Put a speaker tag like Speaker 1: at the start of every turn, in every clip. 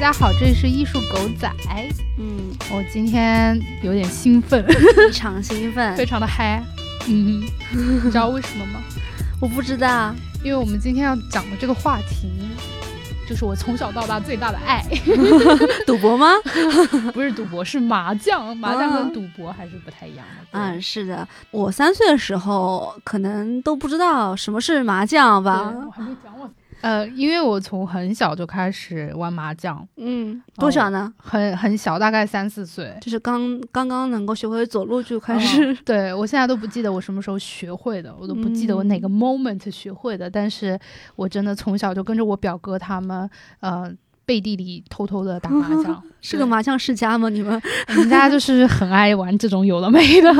Speaker 1: 家好，这里是艺术狗仔。
Speaker 2: 嗯，
Speaker 1: 我今天有点兴奋，
Speaker 2: 非常兴奋
Speaker 1: 非。常的嗨。嗯，你知道为什么吗？
Speaker 2: 我不知道，
Speaker 1: 因为我们今天要讲的这个话题，就是我从小到大最大的爱，
Speaker 2: 赌博吗？
Speaker 1: 不是赌博，是麻将。麻将跟赌博还是不太一样的。
Speaker 2: 嗯，是的。我三岁的时候，可能都不知道什么是麻将
Speaker 1: 对，
Speaker 2: 吧
Speaker 1: 对。我还没讲完。呃，因为我从很小就开始玩麻将，
Speaker 2: 嗯，多小呢？
Speaker 1: 很很小，大概三四岁。
Speaker 2: 就是刚刚刚能够学会走路就开始。
Speaker 1: 嗯对我现在都不记得我什么时候学会的，我都不记得我哪
Speaker 2: 嗯
Speaker 1: 个 moment 学会的，但是我真的从小就跟着我表哥他们，呃。背地里偷偷的打麻将，
Speaker 2: 是个麻将世家吗？你们？
Speaker 1: 对？人家就是很爱玩这种有的没 的。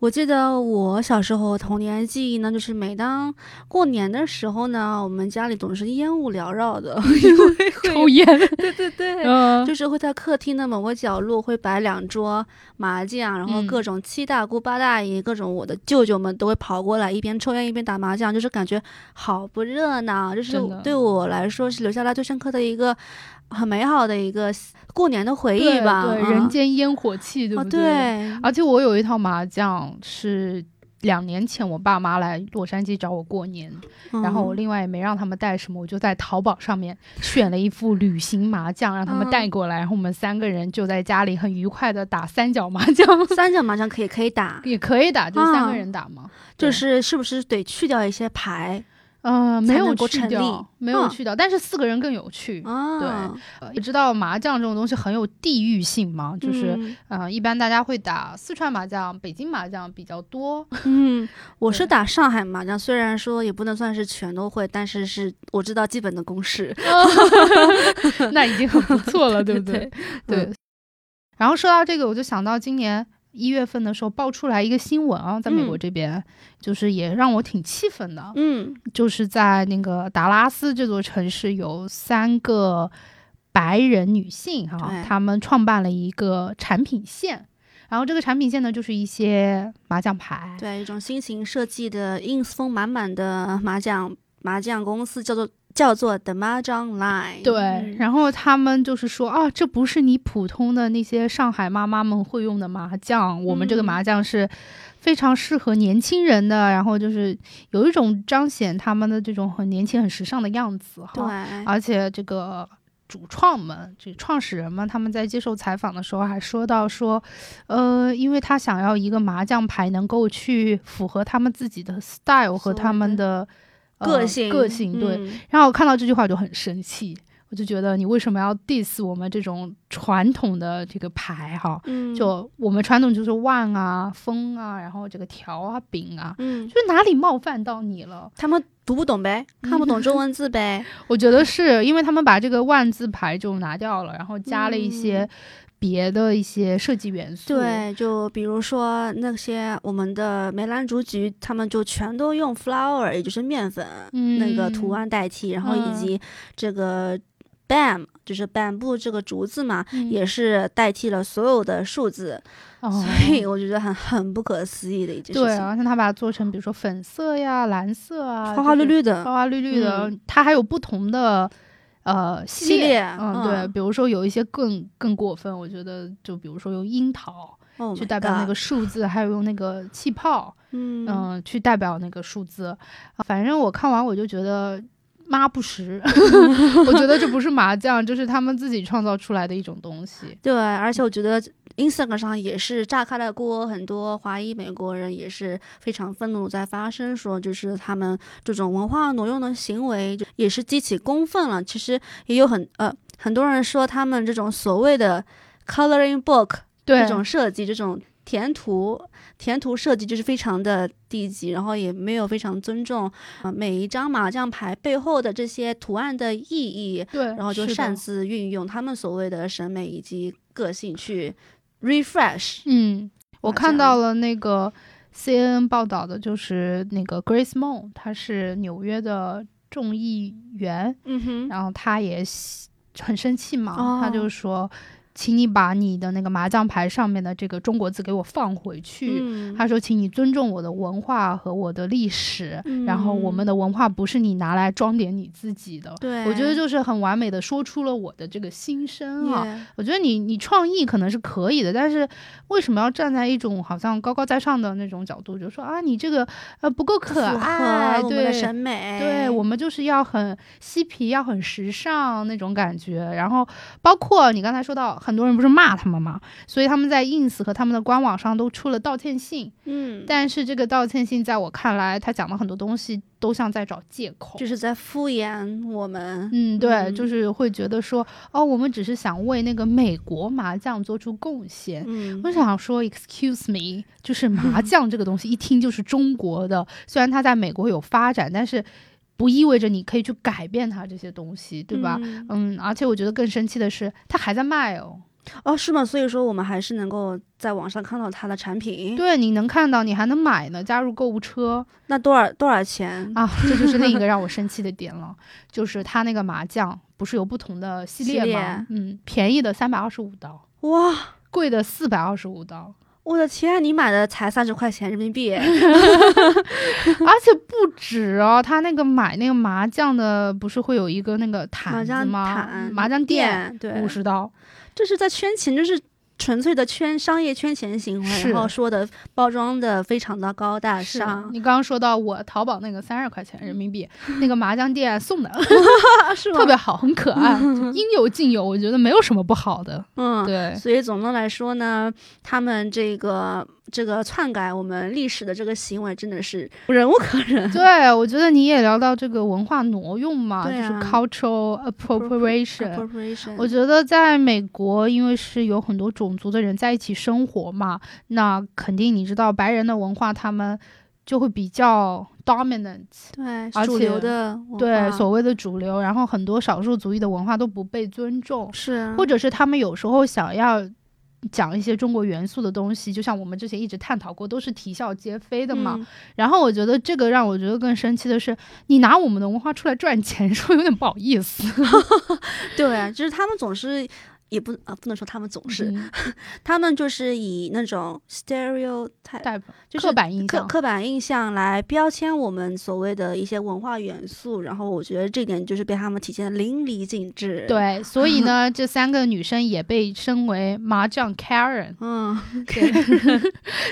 Speaker 2: 我记得我小时候童年记忆呢，就是每当过年的时候呢，我们家里总是烟雾缭绕的， 因为会
Speaker 1: 抽 烟，
Speaker 2: 对对对，
Speaker 1: 嗯，
Speaker 2: 就是会在客厅的某个角落会摆两桌麻将，然后
Speaker 1: 嗯
Speaker 2: 各种七大姑八大姨、各种我的舅舅们都会跑过来，一边抽烟一边打麻将，就是感觉好不热闹。就是
Speaker 1: 真的嗯
Speaker 2: 对我来说是留下来最深刻的一个很美好的一个过年的回忆
Speaker 1: 对
Speaker 2: 吧。
Speaker 1: 对，
Speaker 2: 嗯
Speaker 1: 人间烟火气，对
Speaker 2: 啊，
Speaker 1: 不
Speaker 2: 对，
Speaker 1: 而且我有一套麻将是两年前我爸妈来洛杉矶找我过年，然后我
Speaker 2: 嗯
Speaker 1: 另外也没让他们带什么，我就在淘宝上面选了一副旅行麻将，让他们
Speaker 2: 嗯
Speaker 1: 带过来，然后我们三个人就在家里很愉快的打三角麻将，
Speaker 2: 三角麻将可以可以打，
Speaker 1: 也可以打，就是三
Speaker 2: 啊
Speaker 1: 个人打嘛。
Speaker 2: 就
Speaker 1: 对
Speaker 2: 是是不是得去掉一些牌
Speaker 1: 呃，没
Speaker 2: 才
Speaker 1: 有
Speaker 2: 能够
Speaker 1: 去
Speaker 2: 成
Speaker 1: 掉
Speaker 2: 立，
Speaker 1: 没有
Speaker 2: 嗯
Speaker 1: 去掉，但是四个人更有趣。
Speaker 2: 啊？
Speaker 1: 呃你知道麻将这种东西很有地域性嘛，就是
Speaker 2: 嗯
Speaker 1: 呃，一般大家会打四川麻将、北京麻将比较多。
Speaker 2: 嗯， 我是
Speaker 1: 对
Speaker 2: 打上海麻将，虽然说也不能算是全都会，但是是我知道基本的公式。
Speaker 1: 那已经很不错了，对不对？
Speaker 2: 对嗯
Speaker 1: 对然后说到这个，我就想到今年一月份的时候爆出来一个新闻啊，在美国
Speaker 2: 嗯
Speaker 1: 这边，就是也让我挺气愤的，
Speaker 2: 嗯
Speaker 1: 就是在那个达拉斯这座城市有三个白人女性哈、
Speaker 2: 对
Speaker 1: 她们创办了一个产品线。然后这个产品线呢，就是一些麻将牌，，
Speaker 2: 对，一种新型设计的 ins 风满满的麻将麻将公司叫做叫做 The Mahjong Line。
Speaker 1: 对，
Speaker 2: 嗯
Speaker 1: 然后他们就是说啊，这不是你普通的那些上海妈妈们会用的麻将，我们这个
Speaker 2: 嗯
Speaker 1: 麻将是非常适合年轻人的，然后就是有一种彰显他们的这种很年轻、很时尚的样子哈。
Speaker 2: 对，
Speaker 1: 而且这个主创们、这创始人们，他们在接受采访的时候还说到说，呃，因为他想要一个麻将牌能够去符合他们自己的 style 和
Speaker 2: 所
Speaker 1: 他
Speaker 2: 谓
Speaker 1: 们的呃
Speaker 2: 的、个性
Speaker 1: 个性对。
Speaker 2: 嗯
Speaker 1: 然后我看到这句话我就很生气，我就觉得你为什么要 diss 我们这种传统的这个牌哈？
Speaker 2: 嗯，
Speaker 1: 就我们传统就是万啊、风啊，然后这个条啊、饼啊，
Speaker 2: 嗯，
Speaker 1: 就哪里冒犯到你了？
Speaker 2: 他们读不懂呗，看不懂中文字 呗。
Speaker 1: 我觉得是因为他们把这个万字牌就拿掉了，然后加了一些
Speaker 2: 嗯
Speaker 1: 别的一些设计元素。
Speaker 2: 对，就比如说那些我们的梅兰竹菊，他们就全都用 flour，也就是面粉，
Speaker 1: 嗯，
Speaker 2: 那个图案代替，然后以
Speaker 1: 嗯
Speaker 2: 及这个 bam 就是板布这个竹字嘛，
Speaker 1: 嗯
Speaker 2: 也是代替了所有的数字，
Speaker 1: 哦
Speaker 2: 所以我觉得很很不可思议的一件事
Speaker 1: 对，啊
Speaker 2: 情，
Speaker 1: 而且他把它做成比如说粉色呀、蓝色啊，
Speaker 2: 花花绿
Speaker 1: 就是
Speaker 2: 绿的
Speaker 1: 花花绿绿的，它还有不同的呃系
Speaker 2: 嗯系列，
Speaker 1: 嗯，对，比如说有一些更更过分，我觉得就比如说用樱桃
Speaker 2: 对
Speaker 1: 去代表那个，数字，还有用那个气泡，
Speaker 2: 嗯
Speaker 1: 嗯、去代表那个数字。啊反正我看完我就觉得。妈不 识，我觉得这不是麻将，这是他们自己创造出来的一种东 西。
Speaker 2: 对，而且我觉得 Instagram 上也是炸开了锅，很多华裔美国人也是非常愤怒地在发声，说就是他们这种文化挪用的行为，就也是激起公愤了。其实也有很呃很多人说他们这种所谓的 coloring book
Speaker 1: 对，
Speaker 2: 这种设计，这种填图填图设计就是非常的低级，然后也没有非常尊重啊、呃每一张麻将牌背后的这些图案的意义，
Speaker 1: 对，
Speaker 2: 然后就是
Speaker 1: 的
Speaker 2: 擅自运用他们所谓的审美以及个性去 refresh。
Speaker 1: 嗯，我
Speaker 2: 麻
Speaker 1: 看
Speaker 2: 将
Speaker 1: 到了那个 CNN 报道的，就是那个 Grace Moon，她是纽约的众议员，
Speaker 2: 嗯哼，
Speaker 1: 然后她也喜很生气嘛，她就
Speaker 2: 哦
Speaker 1: 说。请你把你的那个麻将牌上面的这个中国字给我放回去。
Speaker 2: 嗯
Speaker 1: 他说，请你尊重我的文化和我的历史，然后我们的文化不是你拿来装点你自己的。
Speaker 2: 嗯对，
Speaker 1: 我觉得就是很完美的说出了我的这个心声啊。
Speaker 2: Yeah，
Speaker 1: 我觉得你你创意可能是可以的，但是为什么要站在一种好像高高在上的那种角度，就说啊你这个呃不够可
Speaker 2: 符合
Speaker 1: 爱，
Speaker 2: 我
Speaker 1: 对
Speaker 2: 们的审美，
Speaker 1: 对我们就是要很嬉皮，要很时尚那种感觉。然后包括你刚才说到，很多人不是骂他们嘛，所以他们在 ins 和他们的官网上都出了道歉信。
Speaker 2: 嗯，
Speaker 1: 但是这个道歉信在我看来，他讲的很多东西都像在找借口。
Speaker 2: 就是在敷衍我们，
Speaker 1: 嗯，对，
Speaker 2: 嗯
Speaker 1: 就是会觉得说，哦，我们只是想为那个美国麻将做出贡献。
Speaker 2: 嗯
Speaker 1: 我想说，excuse me，就是 麻将这个东西，一听就是中国的。虽然它在美国有发展，但是不意味着你可以去改变它这些东西，对吧？
Speaker 2: 嗯
Speaker 1: 嗯而且我觉得更生气的是，它还在卖哦。
Speaker 2: 哦，是吗？所以说我们还是能够在网上看到它的产品。
Speaker 1: 对，你能看到，你还能买呢，加入购物车
Speaker 2: 那多少多少钱？
Speaker 1: 啊，这就是另一个让我生气的点了，就是它那个麻将不是有不同的系
Speaker 2: 系
Speaker 1: 列吗？
Speaker 2: 列
Speaker 1: 嗯，便宜的三百二十五刀，
Speaker 2: 哇，
Speaker 1: 贵的四百二十五刀，
Speaker 2: 我的天，啊你买的才三十块钱人民币，
Speaker 1: 而且不止哦，他那个买那个麻将的，不是会有一个那个
Speaker 2: 麻
Speaker 1: 毯子
Speaker 2: 将
Speaker 1: 吗？
Speaker 2: 毯、
Speaker 1: 麻将垫
Speaker 2: 垫，对，
Speaker 1: 五十刀，
Speaker 2: 这是在圈钱，就是纯粹的圈商业圈钱行为，
Speaker 1: 是
Speaker 2: 然后说的包装的非常的高大
Speaker 1: 是
Speaker 2: 上，
Speaker 1: 你刚刚说到我淘宝那个三十块钱人 民币那个麻将垫送的，
Speaker 2: 啊、 是吗？
Speaker 1: 特别好，很可爱， 就应有尽有，我觉得没有什么不好的。
Speaker 2: 嗯，
Speaker 1: 对，
Speaker 2: 所以总的来说呢，他们这个这个篡改我们历史的这个行为真的是忍无可 忍。
Speaker 1: 对，我觉得你也聊到这个文化挪用嘛，就
Speaker 2: 对
Speaker 1: 是
Speaker 2: 啊
Speaker 1: cultural appropriation。
Speaker 2: Corporation，
Speaker 1: 我觉得在美国，因为是有很多种族的人在一起生活嘛，那肯定你知道白人的文化，他们就会比较 dominant，而
Speaker 2: 对主流
Speaker 1: 且
Speaker 2: 的文
Speaker 1: 对
Speaker 2: 化
Speaker 1: 所谓的主流，然后很多少数族裔的文化都不被尊重，
Speaker 2: 是啊
Speaker 1: 或者是他们有时候想要。讲一些中国元素的东西，就像我们之前一直探讨过，都是啼笑皆非的嘛。
Speaker 2: 嗯
Speaker 1: 然后我觉得这个让我觉得更生气的是，你拿我们的文化出来赚钱，是不是有点不好意思？
Speaker 2: 对，就是他们总是。也不啊，不能说他们总 是，
Speaker 1: 嗯
Speaker 2: 他们就是以那种 stereotype
Speaker 1: 代表
Speaker 2: 就是
Speaker 1: 刻板印
Speaker 2: 刻
Speaker 1: 象，
Speaker 2: 刻板印象来标签我们所谓的一些文化元素，然后我觉得这点就是被他们体现的淋漓尽致。，
Speaker 1: 对，所以呢，这三个女生也被称为麻将 Karen。
Speaker 2: 嗯，
Speaker 1: 对，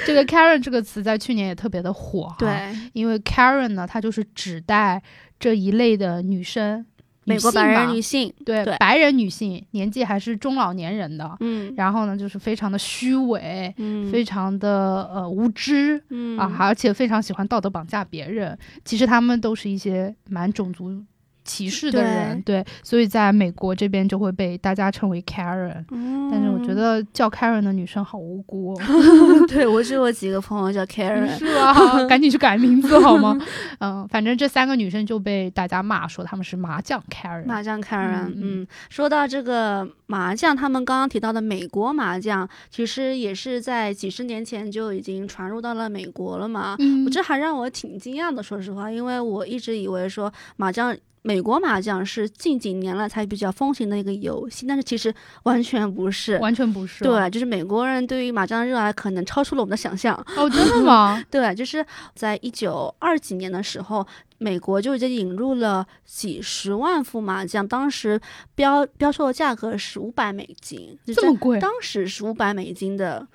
Speaker 1: 这个 Karen 这个词在去年也特别的火、啊。，
Speaker 2: 对，
Speaker 1: 因为 Karen 呢，她就是指代这一类的女生，
Speaker 2: 美国
Speaker 1: 性
Speaker 2: 白人
Speaker 1: 嘛
Speaker 2: 女性，
Speaker 1: 对
Speaker 2: 对
Speaker 1: 白人女性，年纪还是中老年人的。
Speaker 2: 嗯
Speaker 1: 然后呢，就是非常的虚伪，
Speaker 2: 嗯，
Speaker 1: 非常的呃无知。
Speaker 2: 嗯
Speaker 1: 啊，而且非常喜欢道德绑架别人。其实他们都是一些蛮种族歧视的人，对，所以在美国这边就会被大家称为 Karen。
Speaker 2: 嗯
Speaker 1: 但是我觉，得叫 Karen 的女生好无辜、 哦，
Speaker 2: 对我就有几个朋友 叫 Karen，
Speaker 1: 是吧？赶紧去改名字好吗？嗯，反正这三个女生就被大家骂说她们是麻将 Karen。
Speaker 2: 麻将 Karen，
Speaker 1: 嗯
Speaker 2: 嗯，说到这个麻将，他们刚刚提到的美国麻将，其实也是在几十年前就已经传入到了美国了嘛。
Speaker 1: 嗯
Speaker 2: 我这还让我挺惊讶的，说实话，因为我一直以为说麻将。美国麻将是近几年来才比较风行的一个游戏，但是其实完全不是。
Speaker 1: 完全不是，，
Speaker 2: 对，就是美国人对于麻将的热爱可能超出了我们的想象。
Speaker 1: 哦，真的吗？
Speaker 2: 对，就是在一九二几年的时候，美国就已经引入了几十万副麻将，当时标标售的价格是五百美金，就
Speaker 1: 这么贵？
Speaker 2: 当时是五百美金的，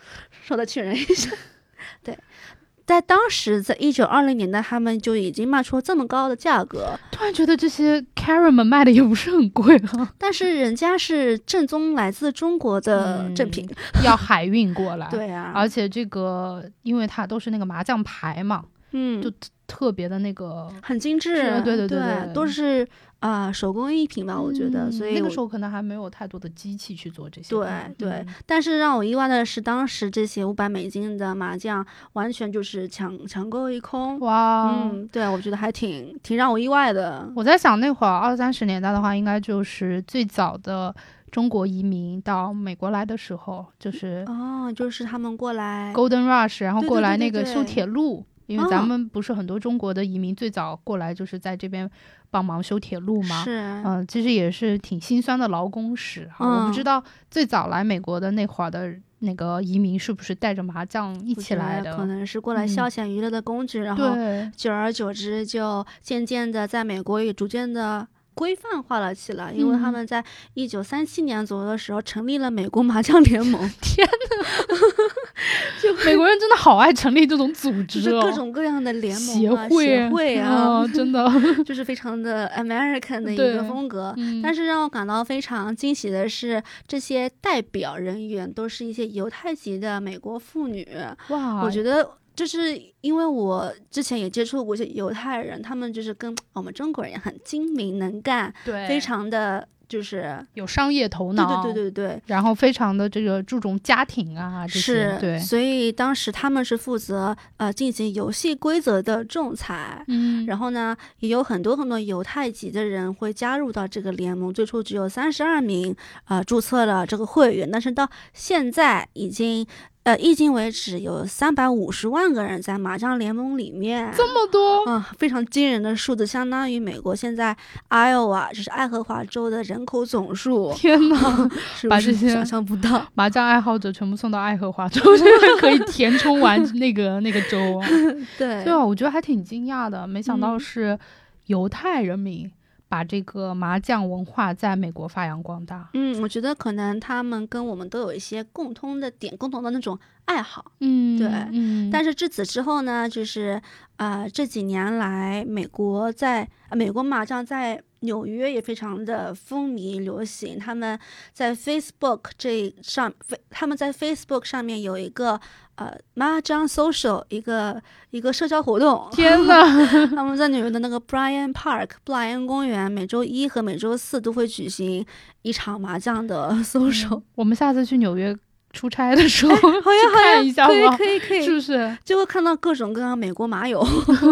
Speaker 2: 说的确认一 下。对，在当时，在一九二零年代，他们就已经卖出这么高的价格，
Speaker 1: 突然觉得这些 Karen 们卖的也不是很贵啊，
Speaker 2: 但是人家是正宗来自中国的正
Speaker 1: 嗯
Speaker 2: 品。
Speaker 1: 要海运过来。
Speaker 2: 对啊，
Speaker 1: 而且这个，因为它都是那个麻将牌嘛，
Speaker 2: 嗯，
Speaker 1: 就特别的那个，
Speaker 2: 很精致
Speaker 1: 是，对对对
Speaker 2: 对
Speaker 1: 对
Speaker 2: 都是啊、手工艺品吧，我觉得，
Speaker 1: 嗯
Speaker 2: 所以
Speaker 1: 那个
Speaker 2: 我
Speaker 1: 时候可能还没有太多的机器去做这些
Speaker 2: 对
Speaker 1: 东西。
Speaker 2: 对
Speaker 1: 嗯
Speaker 2: 但是让我意外的是，当时这些五百美金的麻将完全就是抢抢购一空。
Speaker 1: 哇，
Speaker 2: 嗯，对，我觉得还挺挺让我意外的。
Speaker 1: 我在想那会儿二三十年代的话，应该就是最早的中国移民到美国来的时候，就是
Speaker 2: 哦，就是他们过来，
Speaker 1: Golden Rush，然后
Speaker 2: 对
Speaker 1: 过
Speaker 2: 对
Speaker 1: 来
Speaker 2: 对
Speaker 1: 那
Speaker 2: 哦对
Speaker 1: 个修
Speaker 2: 对
Speaker 1: 铁路。因为咱们不是很多中国的移民最早过来就是在这边帮忙修铁路嘛，
Speaker 2: 是，啊
Speaker 1: 嗯、其实也是挺心酸的劳工史哈。我不知
Speaker 2: 嗯道
Speaker 1: 道最早来美国的那会儿的那个移民是不是带着麻将一
Speaker 2: 我
Speaker 1: 起
Speaker 2: 觉
Speaker 1: 来
Speaker 2: 得可
Speaker 1: 的？
Speaker 2: 能是过来
Speaker 1: 嗯
Speaker 2: 消遣娱乐的工具，然后
Speaker 1: 对，
Speaker 2: 久而久之就渐渐的在美国也逐渐的。规范化了起来，因为他
Speaker 1: 嗯
Speaker 2: 们在一九三七年左右的时候成立了美国麻将联盟，
Speaker 1: 美国人真的好爱成立这种组
Speaker 2: 就
Speaker 1: 织
Speaker 2: 是
Speaker 1: 哦，
Speaker 2: 各种各样的联盟
Speaker 1: 协
Speaker 2: 啊、协
Speaker 1: 会
Speaker 2: 会啊，
Speaker 1: 嗯真 的，
Speaker 2: 就是非常的 American 的一
Speaker 1: 对
Speaker 2: 个风格。
Speaker 1: 嗯
Speaker 2: 但是让我感到非常惊喜的是，这些代表人员都是一些犹太籍的美国妇女。
Speaker 1: 哇，
Speaker 2: 我觉得，就是因为我之前也接触过一些犹太人，他们就是跟我们中国人一样很精明能干，
Speaker 1: 对
Speaker 2: 非常的就是
Speaker 1: 有商业头
Speaker 2: 对
Speaker 1: 脑，
Speaker 2: 对对对对。
Speaker 1: 然后非常的这个注重家庭啊，这些
Speaker 2: 是，
Speaker 1: 对，
Speaker 2: 所以当时他们是负责呃进行游戏规则的仲裁，
Speaker 1: 嗯，
Speaker 2: 然后呢，也有很多很多犹太籍的人会加入到这个联盟，最初只有三十二名呃注册了这个会员，但是到现在已经呃迄今为止有三百五十万个人在麻将联盟里面。
Speaker 1: 这么多，
Speaker 2: 嗯，非常惊人的数字，相当于美国现在 Iowa 就是爱荷华州的人口 总数，
Speaker 1: 天哪！
Speaker 2: 是
Speaker 1: 把
Speaker 2: 不是
Speaker 1: 这些
Speaker 2: 想象不 到？
Speaker 1: 麻将爱好者全部送到爱荷华州，可以填充 完那个那个州啊。
Speaker 2: 对
Speaker 1: 对啊，我觉得还挺惊讶的，没想到
Speaker 2: 嗯
Speaker 1: 是犹太人民把这个麻将文化在美国发扬光大。
Speaker 2: 嗯，我觉得可能他们跟我们都有一些共通的点，共同的那种爱好。
Speaker 1: 嗯，
Speaker 2: 对
Speaker 1: 嗯，
Speaker 2: 但
Speaker 1: 是
Speaker 2: 是至此之后呢，就是呃这几年来，美国在、呃美国麻将在纽约也非常的风靡流行。他们在 Facebook 这上，非他们在 Facebook 上面有一个呃麻将 social 一个一个社交活动。
Speaker 1: 天哪，
Speaker 2: 他们在纽约的那个 Bryan Park 布莱恩公园，每周一和每周四都会举行一场麻将的 social。
Speaker 1: 嗯我们下次去纽约出差的时候去
Speaker 2: 哎好呀好呀，
Speaker 1: 看一下
Speaker 2: 可以
Speaker 1: 吧，
Speaker 2: 可以可
Speaker 1: 是
Speaker 2: 以，
Speaker 1: 不 是？
Speaker 2: 就会看到各种各样美国麻友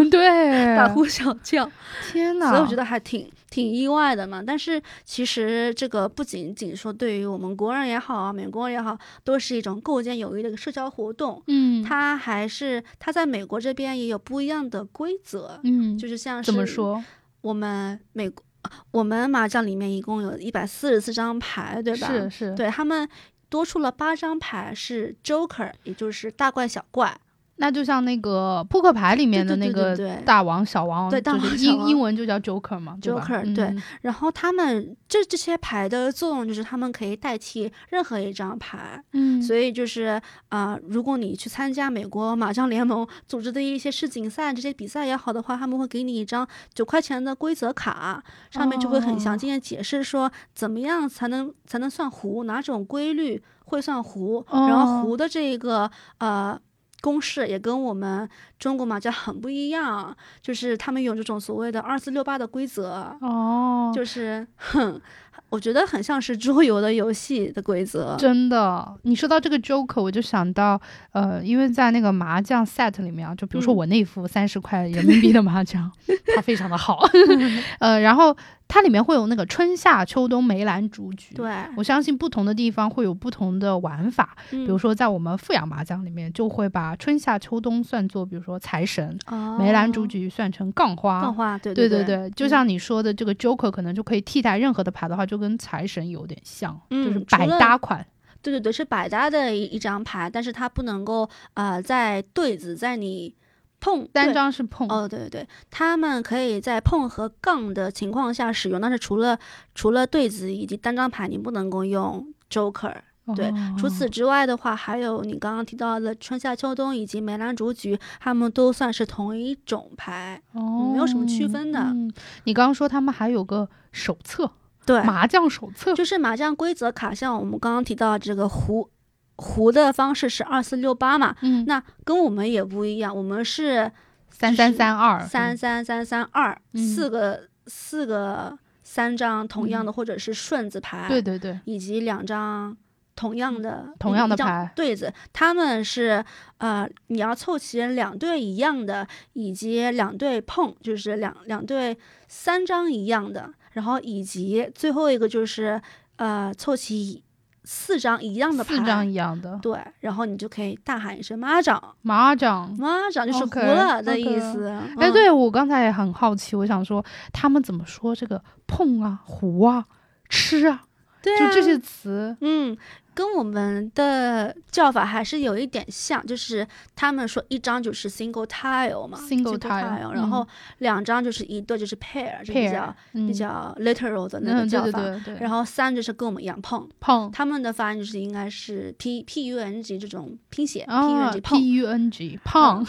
Speaker 1: 对，
Speaker 2: 大呼小叫。
Speaker 1: 天哪！
Speaker 2: 所以我觉得还挺挺意外的嘛。但是其实这个不仅仅说对于我们国人也好啊，美国人也好，都是一种构建友谊的一个社交活动。
Speaker 1: 嗯，
Speaker 2: 它还是它在美国这边也有不一样的规则，
Speaker 1: 嗯，
Speaker 2: 就是像
Speaker 1: 怎么
Speaker 2: 是
Speaker 1: 说？
Speaker 2: 我们美国我们麻将里面一共有一百四十四张牌，对吧？
Speaker 1: 是是，
Speaker 2: 对他们。多出了八张牌是 Joker，也就是大怪小怪，
Speaker 1: 那就像那个扑克牌里面的
Speaker 2: 对对
Speaker 1: 那
Speaker 2: 对
Speaker 1: 个
Speaker 2: 对对
Speaker 1: 大王小王，
Speaker 2: 对大
Speaker 1: 就是
Speaker 2: 王小
Speaker 1: 英
Speaker 2: 王
Speaker 1: 英文就叫 Joker 嘛对吧
Speaker 2: Joker，对
Speaker 1: 嗯
Speaker 2: 然后他们这这些牌的作用就是他们可以代替任何一张牌，
Speaker 1: 嗯，
Speaker 2: 所
Speaker 1: 以
Speaker 2: 以就是啊、呃如果你去参加美国麻将联盟组织的一些世锦赛这些比赛也好的话，他们会给你一张九块钱的规则卡，上面就会很
Speaker 1: 哦
Speaker 2: 详尽的解释说怎么样才能才能算胡，哪种规律会算胡，然
Speaker 1: 哦
Speaker 2: 后胡的这个呃。公式也跟我们中国麻将很不一样，就是他们有这种所谓的二四六八的规则，
Speaker 1: 哦，
Speaker 2: 就是哼，我觉得很像是桌游的游戏的规则。
Speaker 1: 真的，你说到这个 Joker，我就想到，呃，因为在那个麻将 set 里面啊，就比如说
Speaker 2: 嗯
Speaker 1: 我那副三十块人民币的麻 将，它非常的好， 呃，然后它里面会有那个春夏秋冬梅兰竹菊，
Speaker 2: 对，，嗯
Speaker 1: 我相信不同的地方会有不同的玩法，
Speaker 2: 比
Speaker 1: 比如说在我们富阳麻将里面，就会把春夏秋冬算作，比如说财神、梅兰竹菊算成杠花。
Speaker 2: 杠花，哦对
Speaker 1: 对
Speaker 2: 对嗯
Speaker 1: 对，就像你说的，这个 Joker 可能就可以替代任何的牌的话，就跟财神有点像，就是
Speaker 2: 嗯除
Speaker 1: 百
Speaker 2: 了
Speaker 1: 搭款。
Speaker 2: 对对对，是百搭的一一张牌，但是它不能够呃在对子在你碰
Speaker 1: 单
Speaker 2: 对
Speaker 1: 张是碰，
Speaker 2: 哦，对对对，他们可以在碰和杠的情况下使用，但是除了除了对子以及单张牌，你不能够用 Joker。对
Speaker 1: 哦
Speaker 2: 除此之外的话，还有你刚刚提到的春夏秋冬以及梅兰竹菊，它们都算是同一种牌。
Speaker 1: 哦
Speaker 2: 没有什么区分的
Speaker 1: 嗯你刚刚说他们还有个手册，
Speaker 2: 对，
Speaker 1: 麻将手册。
Speaker 2: 就是麻将规则卡，像我们刚刚提到这个胡胡的方式是二四六八嘛，
Speaker 1: 嗯，
Speaker 2: 那跟我们也不一样，我们是
Speaker 1: 三三三二
Speaker 2: 三三三三二
Speaker 1: 嗯
Speaker 2: 四个四个三张同样的，或者是顺子牌，
Speaker 1: 嗯对，对对，
Speaker 2: 以及两张。同样的
Speaker 1: 同样的
Speaker 2: 嗯一张
Speaker 1: 牌
Speaker 2: 对子，他们是呃，你要凑齐两对一样的，以及两对碰，就是两两对三张一样的，然后以及最后一个就是呃，凑齐四张一样的牌，
Speaker 1: 四张一样的
Speaker 2: 对，然后你就可以大喊一声“妈掌
Speaker 1: 麻掌”，。
Speaker 2: 妈掌就是糊
Speaker 1: 嗯 OK，
Speaker 2: 了的
Speaker 1: OK
Speaker 2: 意思。
Speaker 1: 哎，
Speaker 2: 嗯，
Speaker 1: 对我刚才也很好奇，我想说他们怎么说这个碰啊、糊啊、吃啊，
Speaker 2: 对
Speaker 1: 就
Speaker 2: 啊
Speaker 1: 这些词。
Speaker 2: 嗯，跟我们的叫法还是有一点像，就是他们说一张就是 single tile 嘛
Speaker 1: Single tile，嗯
Speaker 2: tile，然后两张就是一对，就是 pair，就比
Speaker 1: pair，
Speaker 2: 较
Speaker 1: 嗯
Speaker 2: 比较 literal 的那个
Speaker 1: 嗯，对
Speaker 2: 叫
Speaker 1: 对
Speaker 2: 法。
Speaker 1: 对对，
Speaker 2: 然后三就是跟我们一样碰，
Speaker 1: 碰
Speaker 2: 他们的发音就是应该是 p p u n g 这种拼写、p u n
Speaker 1: 啊
Speaker 2: g 碰。嗯
Speaker 1: ，p u n g 胖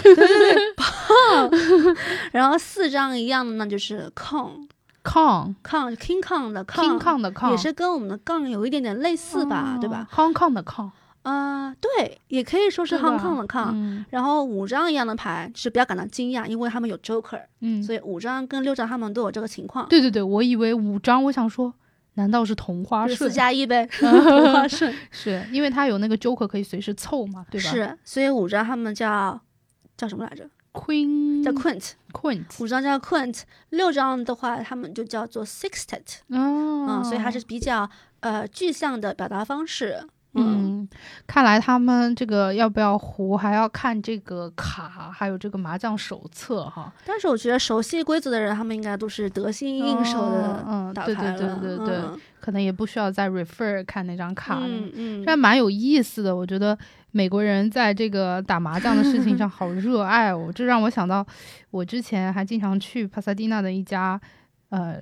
Speaker 2: 然后四张一样的呢，就是 con
Speaker 1: ，Kong
Speaker 2: con king con 的 con
Speaker 1: King Kong 的 Kong
Speaker 2: 也是跟我们的杠有一点点类似吧，对吧？
Speaker 1: ？Hong Kong 的 Kong
Speaker 2: 啊，对，也可以说是
Speaker 1: 哦对吧
Speaker 2: Hong Kong 的 Kong。
Speaker 1: 嗯
Speaker 2: 然后五张一样的牌，就是不要感到惊讶，因为他们有 Joker，、
Speaker 1: 嗯，
Speaker 2: 所以五张跟六张他们都有这个情况，
Speaker 1: 对对对，我以为五张，我想说，难道是同花
Speaker 2: 就是
Speaker 1: 顺
Speaker 2: 四？加 一呗，同花顺
Speaker 1: 是因为它有那个 Joker 可以随时凑嘛，对吧？
Speaker 2: 是，所以五张他们叫叫什么来着？
Speaker 1: Queen
Speaker 2: 叫 Quint，、
Speaker 1: Quint，
Speaker 2: 五张叫 Quint，六张的话他们就叫做 Sextet，
Speaker 1: 哦
Speaker 2: 嗯，所以还是比较呃具象的表达方式，嗯
Speaker 1: 嗯，看来他们这个要不要胡，还要看这个卡，还有这个麻将手册哈。
Speaker 2: 但是我觉得熟悉规则的人，他们应该都是得心应手
Speaker 1: 哦嗯
Speaker 2: 的打
Speaker 1: 对对
Speaker 2: 牌了，
Speaker 1: 对对对
Speaker 2: 嗯
Speaker 1: 可能也不需要再 refer 看那张卡了。
Speaker 2: 嗯嗯，
Speaker 1: 这还蛮有意思的，我觉得美国人在这个打麻将的事情 上好热爱哦，这让我想到我之前还经常去帕萨蒂娜的一家呃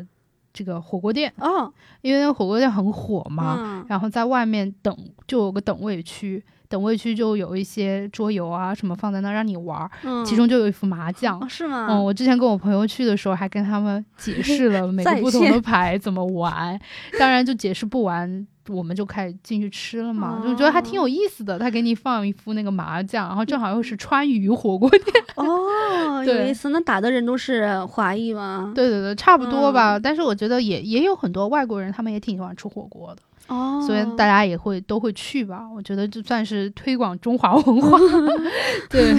Speaker 1: 这个火锅店，
Speaker 2: 哦，
Speaker 1: 因为那个火锅店很火嘛，
Speaker 2: 嗯
Speaker 1: 然后在外面等就有个等位区，等位区就有一些桌游啊什么放在那儿让你玩儿，
Speaker 2: 嗯
Speaker 1: 其中就有一副麻将。
Speaker 2: 哦是吗？
Speaker 1: 嗯，我之前跟我朋友去的时候，还跟他们 解释了每个
Speaker 2: 在
Speaker 1: 不同的
Speaker 2: 线
Speaker 1: 牌怎么玩，当然就解释不完，我们就开始进去吃了嘛，就觉得还
Speaker 2: 哦
Speaker 1: 挺有意思的。他给你放一副那个麻将，然后正好又
Speaker 2: 嗯
Speaker 1: 是川渝火锅店，
Speaker 2: 哦，有
Speaker 1: 对
Speaker 2: 意思。那打的人都是华裔吗？
Speaker 1: 对对对，差不多吧。
Speaker 2: 嗯
Speaker 1: 但是我觉得也也有很多外国人，他们也挺喜欢吃火锅的，
Speaker 2: 哦，
Speaker 1: 所以大家也会都会去吧。我觉得就算是推广中华文化，对。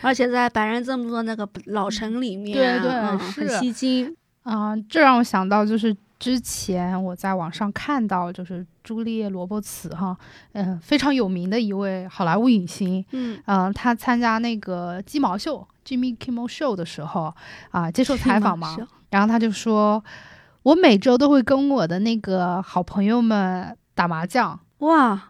Speaker 2: 而且在白人这么多那个老城里面，
Speaker 1: 嗯对对
Speaker 2: 嗯
Speaker 1: 是
Speaker 2: 很吸睛。
Speaker 1: 啊、这让我想到就是之前我在网上看到，就是朱丽叶·罗伯茨哈，嗯、非常有名的一位好莱坞影星，
Speaker 2: 嗯，
Speaker 1: 嗯、她参加那个鸡毛秀 （Jimmy Kimmel Show） 的时候啊、接受采访嘛
Speaker 2: 是，吗
Speaker 1: 然后她就说，我每周都会跟我的那个好朋友们打麻将。
Speaker 2: 是 哇，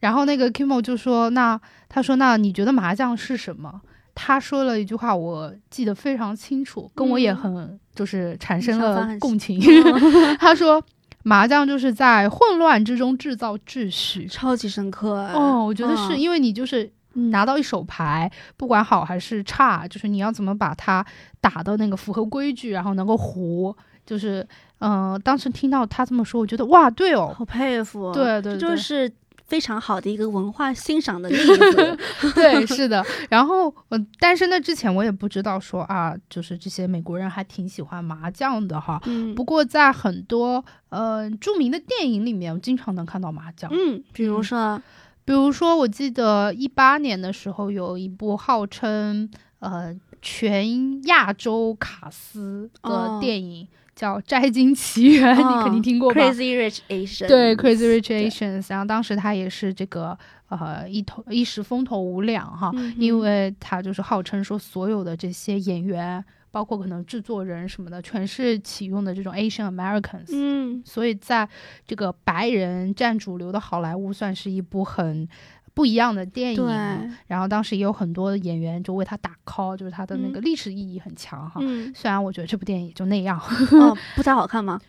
Speaker 1: 然后那个 Kimmel 就说，那他说那你觉得麻将是什么？他说了一句话，我记得非常清楚，跟我也
Speaker 2: 嗯
Speaker 1: 很、就是产生
Speaker 2: 想法
Speaker 1: 了
Speaker 2: 很
Speaker 1: 共情。 他说，麻将就是在混乱之中制造秩 序。
Speaker 2: 超级深刻哎。
Speaker 1: 哦，我觉得是
Speaker 2: 嗯
Speaker 1: 因为你就是嗯拿到一手牌，不管好还是差，就是你要怎么把它打到那个符合规矩，然后能够胡。就是，嗯、当时听到他这么说，我觉得哇，对哦，
Speaker 2: 好佩服。，
Speaker 1: 对对
Speaker 2: 这
Speaker 1: 对，
Speaker 2: 就是非常好的一个文化欣 赏的例子。
Speaker 1: 对，是的。然后我，但是那之前我也不知道说啊，就是这些美国人还挺喜欢麻将的哈。
Speaker 2: 嗯
Speaker 1: 不过在很多呃著名的电影里面，我经常能看到麻将。
Speaker 2: 嗯，比如说，
Speaker 1: 比如说，我记得一八年的时候有一部号称呃全亚洲卡斯
Speaker 2: 哦
Speaker 1: 的电影，叫《摘金奇缘》，你肯定
Speaker 2: 嗯
Speaker 1: 听过吧
Speaker 2: Crazy Rich Asian。
Speaker 1: 对 Crazy Rich
Speaker 2: 对
Speaker 1: Asians，然后当时他也是这个呃一头一时风头无两哈，
Speaker 2: 嗯哼
Speaker 1: 因为他就是号称说所有的这些演员，包括可能制作人什么的，全是启用的这种 Asian Americans，、
Speaker 2: 嗯，
Speaker 1: 所以在这个白人占主流的好莱坞，算是一部很不一样的电影
Speaker 2: 对，
Speaker 1: 啊。然后当时也有很多演员就为他打 call，就是他的那个历史意义很强哈。
Speaker 2: 嗯，
Speaker 1: 虽然我觉得这部电影也就那样，
Speaker 2: 哦，不太好看吗？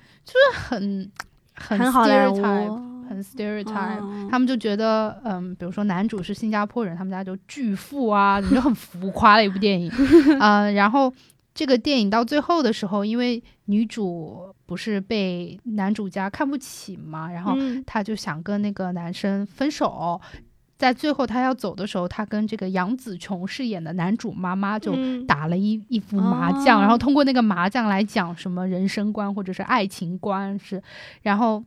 Speaker 1: 很啊很
Speaker 2: 很好莱
Speaker 1: stereotype
Speaker 2: 坞。
Speaker 1: 很 stereotype，、
Speaker 2: 哦
Speaker 1: 他们就觉得，嗯，比如说男主是新加坡人，他们家就巨富啊， 你就很浮夸的一部电影，嗯，然后这个电影到最后的时候，因为女主不是被男主家看不起嘛，然后
Speaker 2: 嗯
Speaker 1: 她就想跟那个男生分手，在最后她要走的时候，她跟这个杨紫琼饰演的男主妈妈就。
Speaker 2: 嗯
Speaker 1: 打了一一副麻将，
Speaker 2: 哦
Speaker 1: 然后通过那个麻将来讲什么人生观或者是爱情观是，然后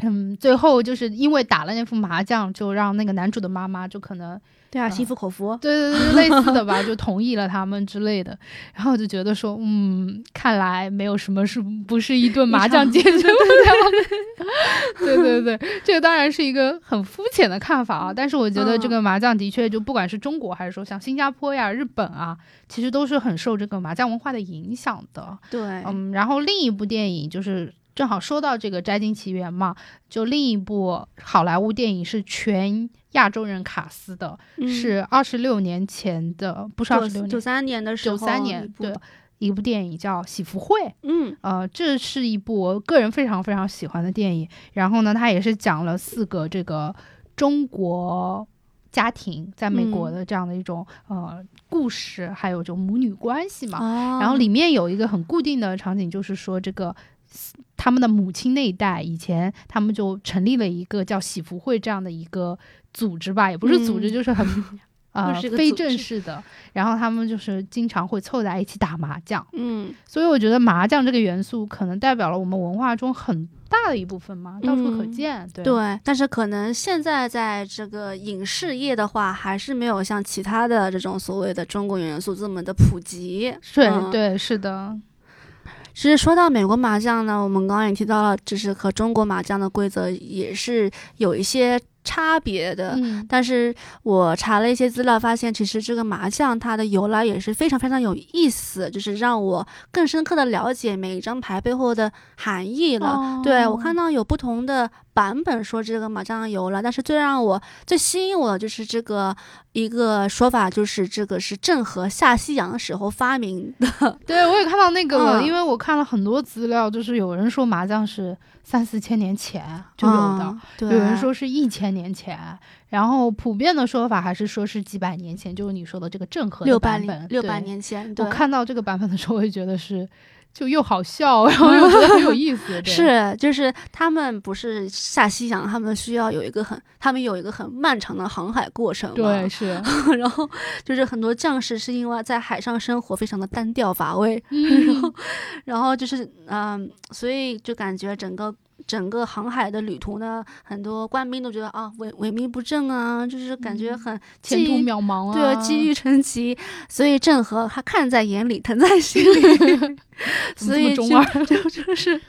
Speaker 1: 嗯，最后就是因为打了那副麻将，就让那个男主的妈妈就可能
Speaker 2: 对啊，
Speaker 1: 嗯
Speaker 2: 心服口服。
Speaker 1: 对对对，类似的吧，就同意了他们之类的。然后我就觉得说，嗯，看来没有什么是不是一顿麻将解决不了的。 对对对，这个当然是一个很肤浅的看法啊，但是我觉得这个麻将的确就不管是中国还是说像新加坡呀、日本啊，其实都是很受这个麻将文化的影响的。
Speaker 2: 对，
Speaker 1: 嗯，然后另一部电影就是。正好说到这个《摘金奇缘》嘛，就另一部好莱坞电影是全亚洲人卡斯的，
Speaker 2: 嗯
Speaker 1: 是二十六年前的，不是二十六
Speaker 2: 九九
Speaker 1: 年，
Speaker 2: 三年的时
Speaker 1: 九
Speaker 2: 候，
Speaker 1: 三年对，一部电影叫《喜福会》。
Speaker 2: 嗯
Speaker 1: 呃，这是一部我个人非常非常喜欢的电影。然后呢，它也是讲了四个这个中国家庭在美国
Speaker 2: 嗯
Speaker 1: 的这样的一种、呃故事，还有就母女关系嘛。
Speaker 2: 哦，
Speaker 1: 然后里面有一个很固定的场景，就是说这个他们的母亲那一代，以前他们就成立了一个叫喜福会这样的一个组织吧，也不是组织，
Speaker 2: 嗯
Speaker 1: 就是 很呃
Speaker 2: 就是一个
Speaker 1: 非
Speaker 2: 组织
Speaker 1: 正式的。然后他们就是经常会凑在一起打麻将，
Speaker 2: 嗯
Speaker 1: 所以我觉得麻将这个元素可能代表了我们文化中很大的一部分嘛，到处可
Speaker 2: 嗯
Speaker 1: 见。对
Speaker 2: 对，但是可能现在在这个影视业的话，还是没有像其他的这种所谓的中国元素这么的普及。
Speaker 1: 对、
Speaker 2: 嗯
Speaker 1: 对，是的，
Speaker 2: 其实说到美国麻将呢，我们刚刚也提到了，就是和中国麻将的规则也是有一些差别的。
Speaker 1: 嗯，
Speaker 2: 呃但是我查了一些资料，发现其实这个麻将它的由来也是非常非常有意思，就是让我更深刻的了解每一张牌背后的含义了。
Speaker 1: 哦
Speaker 2: 对我看到有不同的版本说这个麻将的由来，但是最让我最吸引我的就是这个一个说法，就是这个是郑和下西洋时候发明的。
Speaker 1: 对，我也看到那个了，
Speaker 2: 嗯
Speaker 1: 因为我看了很多资料，就是有人说麻将是三四千年前就有的
Speaker 2: 嗯，，对，
Speaker 1: 有人说是一千年前，然后普遍的说法还是说是几百年前，就是你说的这个郑和
Speaker 2: 六
Speaker 1: 的
Speaker 2: 百
Speaker 1: 版
Speaker 2: 年
Speaker 1: 本。
Speaker 2: 六百
Speaker 1: 对，
Speaker 2: 年前，对
Speaker 1: 我。看到这个版本的时候，我也觉得是，就又好 笑，然后又觉得很有意思。对
Speaker 2: 是，就是他们不是下西洋，他们需要有一个很，他们有一个很漫长的航海过程嘛。
Speaker 1: 对，是，
Speaker 2: 然后就是很多将士是因为在海上生活非常的单调乏味，然后
Speaker 1: 嗯，
Speaker 2: 然后就是嗯、所以就感觉整个整个航海的旅途呢，很多官兵都觉得啊萎萎靡不振啊，就是感觉
Speaker 1: 嗯
Speaker 2: 很
Speaker 1: 前途
Speaker 2: 记忆
Speaker 1: 渺茫啊。
Speaker 2: 对啊，积郁成疾，所以郑和他看在眼里，疼在心 里，
Speaker 1: 怎么这
Speaker 2: 所
Speaker 1: 么
Speaker 2: 以就
Speaker 1: 中二
Speaker 2: 就 就是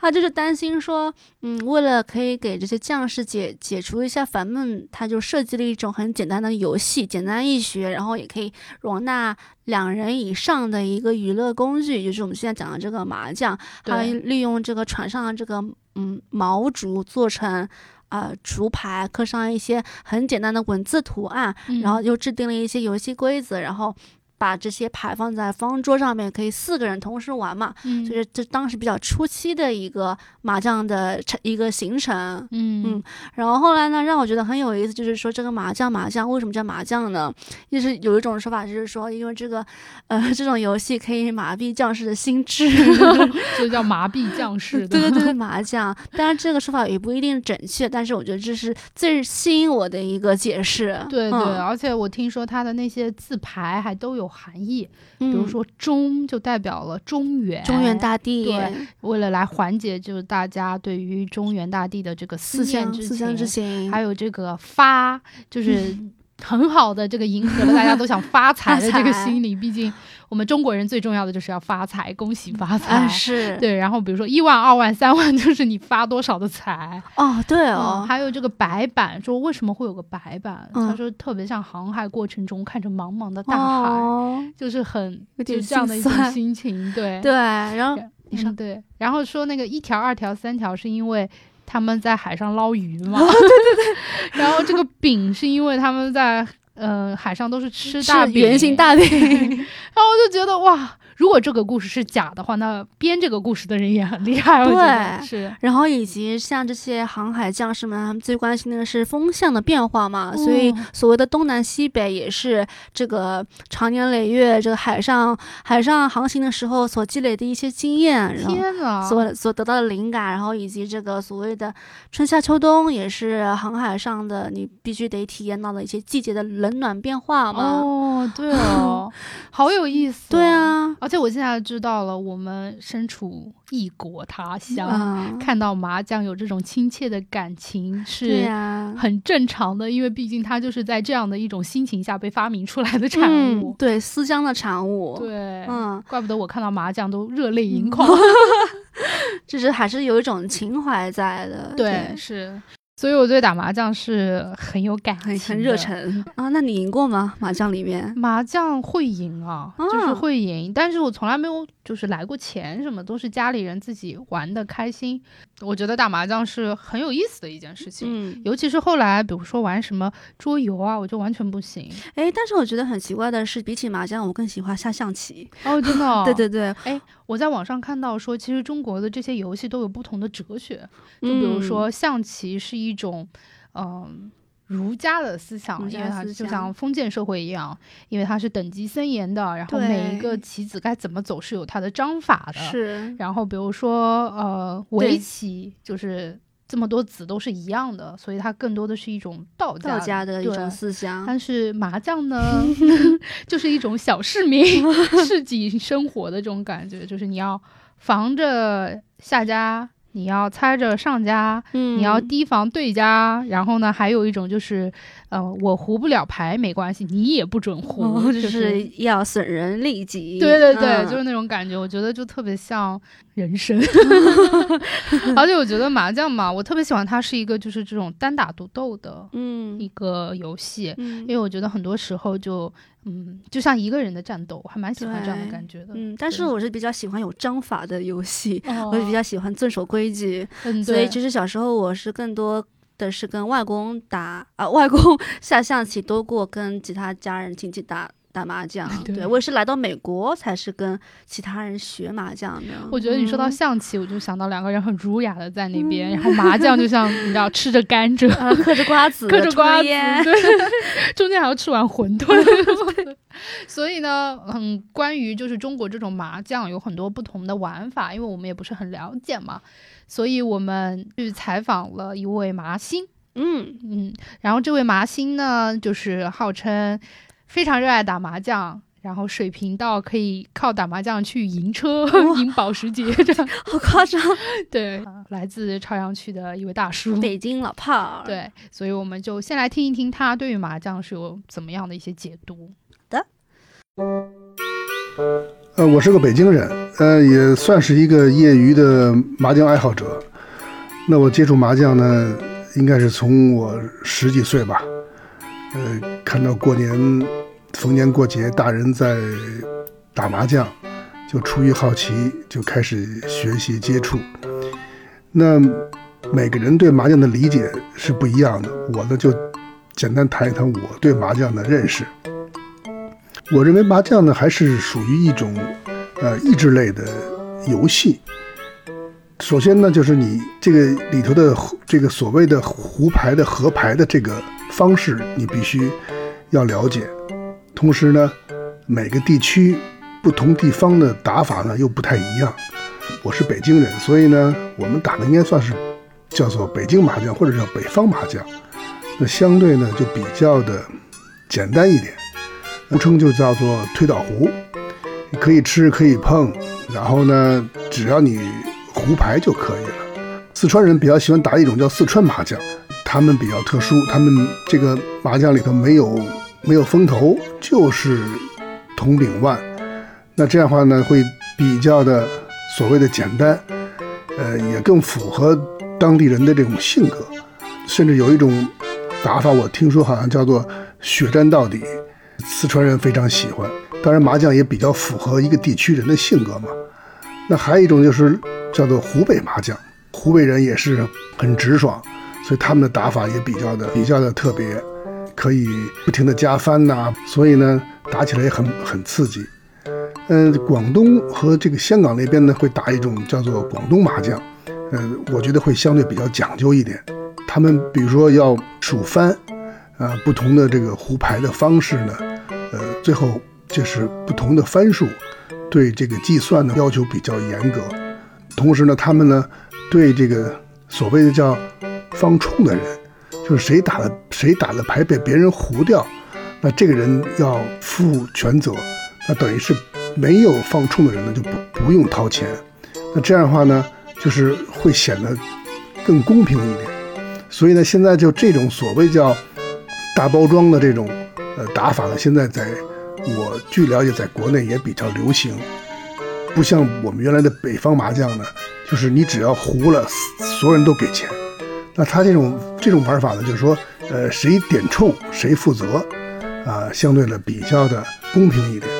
Speaker 2: 他啊就是担心说，嗯，为了可以给这些将士解解除一下烦闷，他就设计了一种很简单的游戏，简单易学，然后也可以容纳两人以上的一个娱乐工具，就是我们现在讲的这个麻将，还有
Speaker 1: 对
Speaker 2: 利用这个船上的这个嗯毛竹做成。啊、竹牌刻上一些很简单的文字图案，
Speaker 1: 嗯
Speaker 2: 然后又制定了一些游戏规则，然后把这些牌放在方桌上面，可以四个人同时玩嘛。
Speaker 1: 嗯
Speaker 2: 就是这当时比较初期的一个麻将的成一个形成。
Speaker 1: 嗯
Speaker 2: 嗯然后后来呢，让我觉得很有意思，就是说这个麻将麻将为什么叫麻将呢？就是有一种说法，就是说因为这个，呃，这种游戏可以麻痹将士的 心智。
Speaker 1: 就叫麻痹将士。
Speaker 2: 对对
Speaker 1: 吧
Speaker 2: 对，麻将。当然这个说法也不一定准确，但是我觉得这是最吸引我的一个解释。
Speaker 1: 对啊对，
Speaker 2: 嗯
Speaker 1: 而且我听说他的那些字牌还都有含义，
Speaker 2: 比
Speaker 1: 比如说中就代表了中原，
Speaker 2: 嗯中原大地，
Speaker 1: 对为了来缓解就是大家对于中原大地的这个思念之
Speaker 2: 思乡之情，嗯
Speaker 1: 还有这个发，就是很好的这个迎合了大家都想发财的这个
Speaker 2: 发财
Speaker 1: 心理。毕竟我们中国人最重要的就是要发财，恭喜发财。
Speaker 2: 啊是
Speaker 1: 对，然后比如说一万、二万、三万，就是你发多少的财。
Speaker 2: 哦对
Speaker 1: 嗯
Speaker 2: 哦，
Speaker 1: 还有这个白板，说为什么会有个白板？
Speaker 2: 嗯
Speaker 1: 他说特别像航海过程中看着茫茫的大海，
Speaker 2: 哦
Speaker 1: 就是很
Speaker 2: 有
Speaker 1: 就
Speaker 2: 点
Speaker 1: 这样
Speaker 2: 心
Speaker 1: 的一种
Speaker 2: 酸
Speaker 1: 心情。对
Speaker 2: 对，然后你说
Speaker 1: 嗯、对，然后说那个一条、二条、三条是因为他们在海上捞鱼嘛，
Speaker 2: 哦
Speaker 1: 对对对，然后这个饼是因为他们在呃海上都是吃大
Speaker 2: 是
Speaker 1: 饼，
Speaker 2: 圆形，大饼，
Speaker 1: 然后我就觉得哇，如果这个故事是假的话，那编这个故事的人也很厉害，我觉得
Speaker 2: 对
Speaker 1: 是，
Speaker 2: 然后以及像这些航海将士们，他们最关心的是风向的变化嘛，所以
Speaker 1: 嗯
Speaker 2: 所谓的东南西北也是这个长年累月这个海上海上航行的时候所积累的一些经验，然后
Speaker 1: 天啊哪，
Speaker 2: 所所得到的灵感，然后以及这个所谓的春夏秋冬，也是航海上的你必须得体验到的一些季节的冷暖变化嘛。
Speaker 1: 哦哦，对哦，好有意思、
Speaker 2: 对。啊，
Speaker 1: 而且我现在知道了，我们身处异国他乡，
Speaker 2: 啊，
Speaker 1: 看到麻将有这种亲切的感情
Speaker 2: 对啊
Speaker 1: 是
Speaker 2: 呀、
Speaker 1: 很正常的，因为毕竟它就是在这样的一种心情下被发明出来的产
Speaker 2: 嗯
Speaker 1: 物，。
Speaker 2: 对，思乡的产物，，
Speaker 1: 对，
Speaker 2: 嗯，
Speaker 1: 怪不得我看到麻将都热泪盈眶。
Speaker 2: 就是还是有一种情怀在的，
Speaker 1: 对，是，所以我对打麻将是很有感情
Speaker 2: 很
Speaker 1: 的，
Speaker 2: 很热忱啊。那你赢过吗？麻将 里面？
Speaker 1: 麻将会赢啊，就是
Speaker 2: 啊
Speaker 1: 会赢，但是我从来没有就是来过钱什么，都是家里人自己玩的开心。我觉得打麻将是很有意思的一件事情，
Speaker 2: 嗯，
Speaker 1: 尤其是后来比如说玩什么桌游啊，我就完全不行。
Speaker 2: 哎，但是我觉得很奇怪的是，比起麻将，我更喜欢下象棋。
Speaker 1: 哦，真的、
Speaker 2: 对，对对，
Speaker 1: 我在网上看到说，其实中国的这些游戏都有不同的哲学，就比如
Speaker 2: 嗯
Speaker 1: 说象棋是一种，嗯、儒家的思想，
Speaker 2: 儒
Speaker 1: 因
Speaker 2: 家
Speaker 1: 为它
Speaker 2: 思
Speaker 1: 就
Speaker 2: 想
Speaker 1: 像封建社会一样，因为它是等级森严的，然后每一个
Speaker 2: 对
Speaker 1: 棋子该怎么走是有它的章法的。
Speaker 2: 是，
Speaker 1: 然后比如说呃，围
Speaker 2: 对
Speaker 1: 棋就是这么多子都是一样的，所以它更多的是一种道呃家
Speaker 2: 道家的一
Speaker 1: 对
Speaker 2: 种思想。
Speaker 1: 但是麻将呢， 就是一种小市民市井生活的这种感觉，就是你要防着下家，你要猜着上家，
Speaker 2: 嗯
Speaker 1: 你要 提防对家。然后呢，还有一种就是，呃，我胡不了牌没关系，你也不准胡，
Speaker 2: 哦
Speaker 1: 就。
Speaker 2: 就是是要损人利己。
Speaker 1: 对对对，
Speaker 2: 嗯
Speaker 1: 就是那种感觉，我觉得就特别像人 生，而且我觉得麻将嘛，我特别喜欢它是一个就是这种单打独斗的一
Speaker 2: 嗯
Speaker 1: 个游戏，因
Speaker 2: 嗯
Speaker 1: 为我觉得很多时候就，嗯，就像一个人的战斗，我还蛮喜欢这样的感觉的。
Speaker 2: 嗯，但是
Speaker 1: 对
Speaker 2: 我是比较喜欢有章法的游戏，
Speaker 1: 哦
Speaker 2: 我也比较喜欢遵守规矩，
Speaker 1: 嗯，
Speaker 2: 所以
Speaker 1: 对。
Speaker 2: 就是小时候我是更多。的是跟外公打啊、外公 下象棋多过跟其他家人亲戚打打麻将
Speaker 1: 对
Speaker 2: 对我也是来到美国才是跟其他人学麻将的。
Speaker 1: 我觉得你说
Speaker 2: 嗯
Speaker 1: 到象棋，我就想到两个人很儒雅的在那边，然后麻将就 像你知道吃着甘蔗，
Speaker 2: 嗯呃嗑着瓜 子，
Speaker 1: 嗑着
Speaker 2: 抽
Speaker 1: 瓜子，
Speaker 2: 烟
Speaker 1: 对，中间还要吃碗馄饨。 所以呢，嗯，关于就是中国这种麻将有很多不同的玩法，因为我们也不是很了解嘛，所以我们去采访了一位麻星。
Speaker 2: 嗯，
Speaker 1: 嗯，然后这位麻星呢，就是号称非常热爱打麻将，然后水平到可以靠打麻将去赢车、
Speaker 2: 哇
Speaker 1: 赢保时捷这样。
Speaker 2: 好 夸张，
Speaker 1: 对，啊来自朝阳区的一位大叔。
Speaker 2: 北京老炮儿。，
Speaker 1: 对，所以我们就先来听一听他对于麻将是有怎么样的一些解读。
Speaker 3: 呃，我是个北京人，呃，也算是一个业余的麻将爱好者。那我接触麻将呢，应该是从我十几岁吧，呃，看到过年、逢年过节大人在打麻将，就出于好奇就开始学习接触。那每个人对麻将的理解是不一样的，我呢就简单谈一谈我对麻将的认识。我认为麻将呢，还是属于一种呃益智类的游戏。首先呢，就是你这个里头的这个所谓的胡牌的合牌的这个方式，你必须要了解。同时呢，每个地区不同地方的打法呢又不太一样。我是北京人，所以呢，我们打的应该算是叫做北京麻将或者叫北方麻将。那相对呢，就比较的简单一点。俗称就叫做推倒胡，你可以吃可以碰，然后呢，只要你胡牌就可以了。四川人比较喜欢打一种叫四川麻将，他们比较特殊，他们这个麻将里头没有没有风头，就是铜饼腕。那这样的话呢，会比较的所谓的简单，呃，也更符合当地人的这种性格，甚至有一种打法，我听说好像叫做血战到底。四川人非常喜欢。当然，麻将也比较符合一个地区人的性格嘛。那还有一种就是叫做湖北麻将，湖北人也是很直爽，所以他们的打法也比较的比较的特别，可以不停的加番呐、所以呢打起来也很很刺激。嗯、广东和这个香港那边呢会打一种叫做广东麻将，嗯、我觉得会相对比较讲究一点。他们比如说要数番，啊，不同的这个胡牌的方式呢，呃，最后就是不同的番数，对这个计算的要求比较严格。同时呢，他们呢对这个所谓的叫方冲的人，就是谁打的谁打的牌被别人胡掉，那这个人要负全责，那等于是没有放冲的人呢，就不不用掏钱。那这样的话呢，就是会显得更公平一点。所以呢，现在就这种所谓叫大包装的这种呃打法呢，现在在我据了解，在国内也比较流行。不像我们原来的北方麻将呢，就是你只要胡了，所有人都给钱。那他这种这种玩法呢，就是说，呃，谁点冲谁负责，啊、相对的比较的公平一点。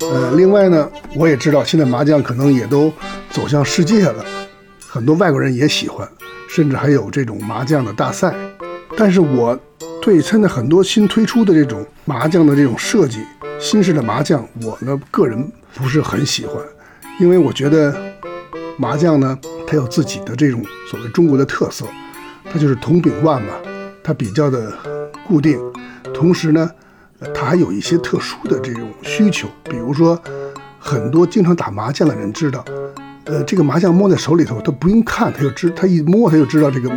Speaker 3: 呃，另外呢，我也知道现在麻将可能也都走向世界了，很多外国人也喜欢，甚至还有这种麻将的大赛。但是我对现在很多新推出的这种麻将的这种设计，新式的麻将，我呢个人不是很喜欢，因为我觉得麻将呢，它有自己的这种所谓中国的特色，它就是铜柄腕嘛，它比较的固定，同时呢，呃它还有一些特殊的这种需求，比如说很多经常打麻将的人知道，呃，这个麻将摸在手里头，他不用看，他就知，他一摸他就知道这个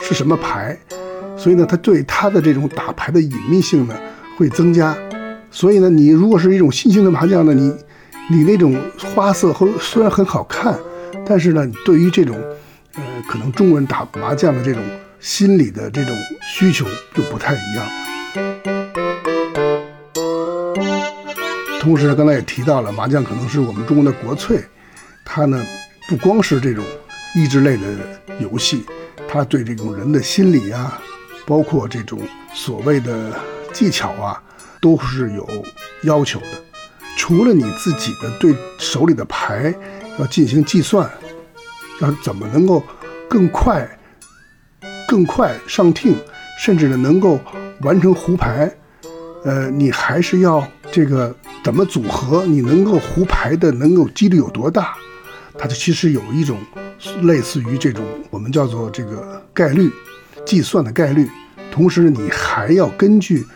Speaker 3: 是什么牌，所以呢，他对他的这种打牌的隐秘性呢会增加。所以呢，你如果是一种新型的麻将呢，你你那种花色和虽然很好看，但是呢，对于这种呃可能中国人打麻将的这种心理的这种需求就不太一样。同时呢，刚才也提到了，麻将可能是我们中国的国粹，它呢不光是这种益智类的游戏，它对这种人的心理啊，包括这种所谓的技巧啊，都是有要求的。除了你自己的对手里的牌要进行计算，要怎么能够更快、更快上听，甚至呢能够完成胡牌，呃，你还是要这个怎么组合，你能够胡牌的能够几率有多大？它就其实有一种类似于这种我们叫做这个概率计算的概率，同时你还要根据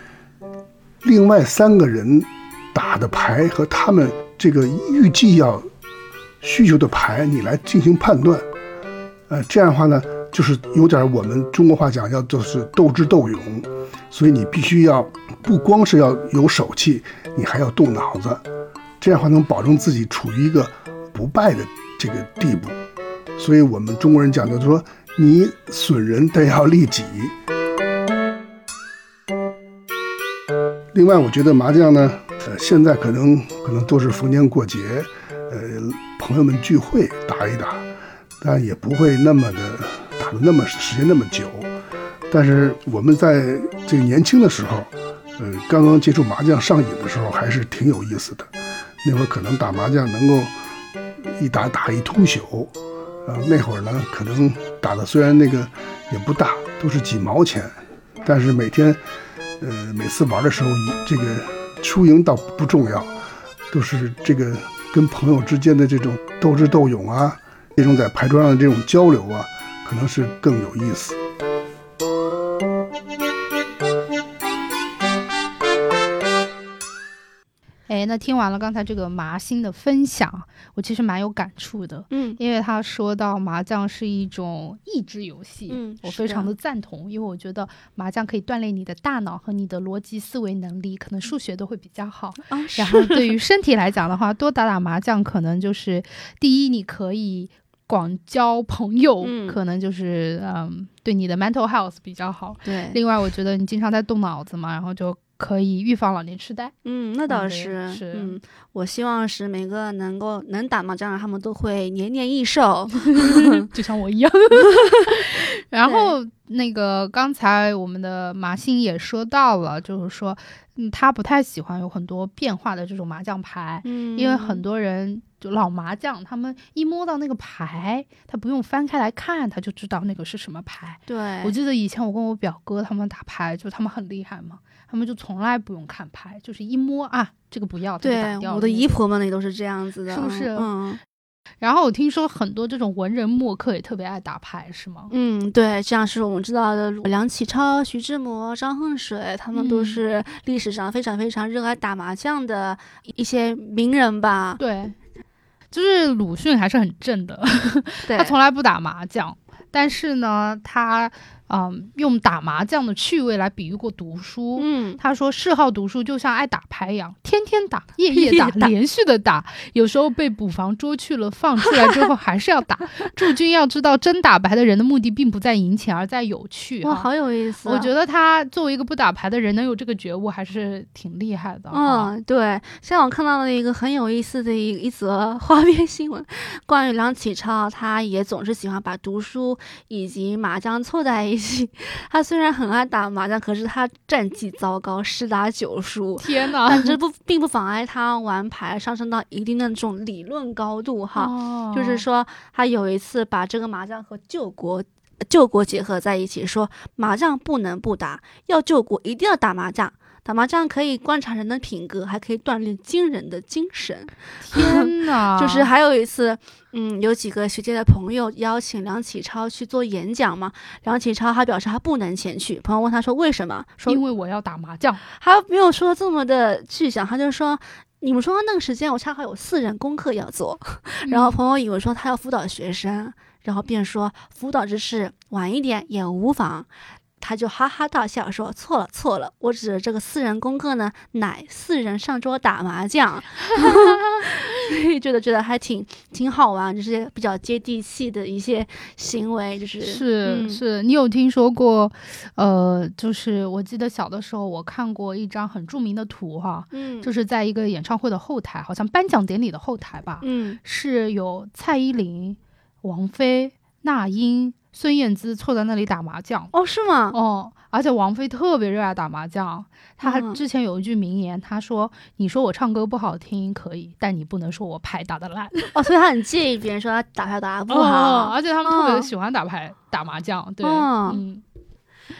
Speaker 3: 另外三个人打的牌和他们这个预计要需求的牌，你来进行判断。呃，这样的话呢，就是有点我们中国话讲叫就是斗智斗勇，所以你必须要不光是要有手气，你还要动脑子，这样的话能保证自己处于一个不败的这个地步。所以我们中国人讲究就说，你损人但要利己。另外，我觉得麻将呢，呃，现在可能可能都是逢年过节，呃，朋友们聚会打一打，但也不会那么的打的那么时间那么久。但是我们在这个年轻的时候，呃，刚刚接触麻将上瘾的时候，还是挺有意思的。那会儿可能打麻将能够一打打一通宿，呃，那会儿呢，可能打的虽然那个也不大，都是几毛钱，但是每天呃，每次玩的时候，以这个输赢倒不重要，都是这个跟朋友之间的这种斗智斗勇啊，这种在牌桌上的这种交流啊，可能是更有意思。
Speaker 1: 哎，那听完了刚才这个麻星的分享，我其实蛮有感触的，
Speaker 2: 嗯
Speaker 1: 因为他说到麻将是一种益智游戏，
Speaker 2: 嗯
Speaker 1: 我
Speaker 2: 是
Speaker 1: 非常
Speaker 2: 的
Speaker 1: 的赞同，因为我觉得麻将可以锻炼你的大脑和你的逻辑思维能力，可能数学都会比较好。
Speaker 2: 啊，
Speaker 1: 然后对于身体来讲的话，多打打麻将，可能就是第一，你可以广交朋友，
Speaker 2: 嗯
Speaker 1: 可能就是嗯，对你的 mental health 比较好。
Speaker 2: 对，
Speaker 1: 另外，我觉得你经常在动脑子嘛，然后就可以预防老年痴呆。
Speaker 2: 嗯，那倒
Speaker 1: 嗯
Speaker 2: 是，
Speaker 1: 是
Speaker 2: 嗯，我希望是每个能够能打麻将的，他们都会年年益寿。嗯
Speaker 1: 就像我一 样。然后那个刚才我们的马欣也说到了，就是说，嗯，他不太喜欢有很多变化的这种麻将牌，
Speaker 2: 嗯，
Speaker 1: 因为很多人就老麻将，他们一摸到那个牌，他不用翻开来看，他就知道那个是什么牌。
Speaker 2: 对，
Speaker 1: 我记得以前我跟我表哥他们打牌，就他们很厉害嘛，他们就从来不用看牌，就是一摸啊，这个不要，这个
Speaker 2: 对
Speaker 1: 打掉。
Speaker 2: 我的
Speaker 1: 那
Speaker 2: 姨
Speaker 1: 种
Speaker 2: 婆们也都是这样子的，
Speaker 1: 是不是
Speaker 2: 嗯
Speaker 1: 然后我听说很多这种文人墨客也特别爱打牌，是吗？
Speaker 2: 嗯，对，像是我们知道的梁启超、徐志摩、张恨水，他们都
Speaker 1: 嗯
Speaker 2: 是历史上非常非常热爱打麻将的一些名人吧？
Speaker 1: 对，就是鲁迅还是很正的，
Speaker 2: 对
Speaker 1: 他，从来不打麻将，但是呢，他嗯、用打麻将的趣味来比喻过读书。
Speaker 2: 嗯，
Speaker 1: 他说：“嗜好读书就像爱打牌一样，天天打， 夜夜
Speaker 2: 夜
Speaker 1: 打，
Speaker 2: 打
Speaker 1: 连续的打。有时候被捕房捉去了，放出来之后还是要打。 驻军要知道，真打牌的人的目的并不在赢钱，而在有趣。
Speaker 2: 哇，
Speaker 1: 哈
Speaker 2: 好有意思啊、
Speaker 1: 我觉得他作为一个不打牌的人，能有这个觉悟，还是挺厉害的。哈，
Speaker 2: 嗯，对，现在我看到了一个很有意思的一一则 花边新闻，关于梁启超，他也总是喜欢把读书以及麻将凑在一起。他虽然很爱打麻将，可是他战绩糟糕，十打 九输。
Speaker 1: 天
Speaker 2: 但
Speaker 1: 哪！
Speaker 2: 这不并不妨碍他玩牌上升到一定的这种理论高度哈，
Speaker 1: 哦
Speaker 2: 就是说他有一次把这个麻将和救国救国结合在一起，说麻将不能不打，要救国一定要打麻将。打麻将可以观察人的品格，还可以锻炼惊人的精神。
Speaker 1: 天 哪，
Speaker 2: 就是还有一次，嗯，有几个学界的朋友邀请梁启超去做演讲嘛，梁启超他表示他不能前去。朋友问他说为什么？ 说
Speaker 1: 因为我要打麻将。
Speaker 2: 他没有说这么的具象，他就说。你们说那个时间，我恰好有四人功课要做， 然
Speaker 1: 嗯
Speaker 2: 后朋友以为说他要辅导学生，然后便说辅导之事晚一点也无妨，他就哈哈大笑说错了错了，我指的这个四人功课呢，乃四人上桌打 麻将，所以觉得觉得还挺挺好玩，就是比较接地气的一些行为，就是
Speaker 1: 是、
Speaker 2: 嗯
Speaker 1: 是，你有听说过？呃，就是我记得小的时候，我看过一张很著名的图哈、
Speaker 2: 嗯
Speaker 1: 就是在一个演唱会的后台，好像颁奖典礼的后台吧，
Speaker 2: 嗯
Speaker 1: 是有蔡依林、王菲、那英、孙燕姿坐在那里打麻将。
Speaker 2: 哦是吗？
Speaker 1: 哦，而且王菲特别热爱打麻将，她还
Speaker 2: 嗯
Speaker 1: 之前有一句名言，她说：“你说我唱歌不好听可以，但你不能说我牌打得烂。”
Speaker 2: 哦，所以他很介意别人说他打牌打得不
Speaker 1: 哦，
Speaker 2: 好，
Speaker 1: 而且他们特别
Speaker 2: 嗯
Speaker 1: 喜欢打牌、打麻将，对，
Speaker 2: 嗯
Speaker 1: 嗯，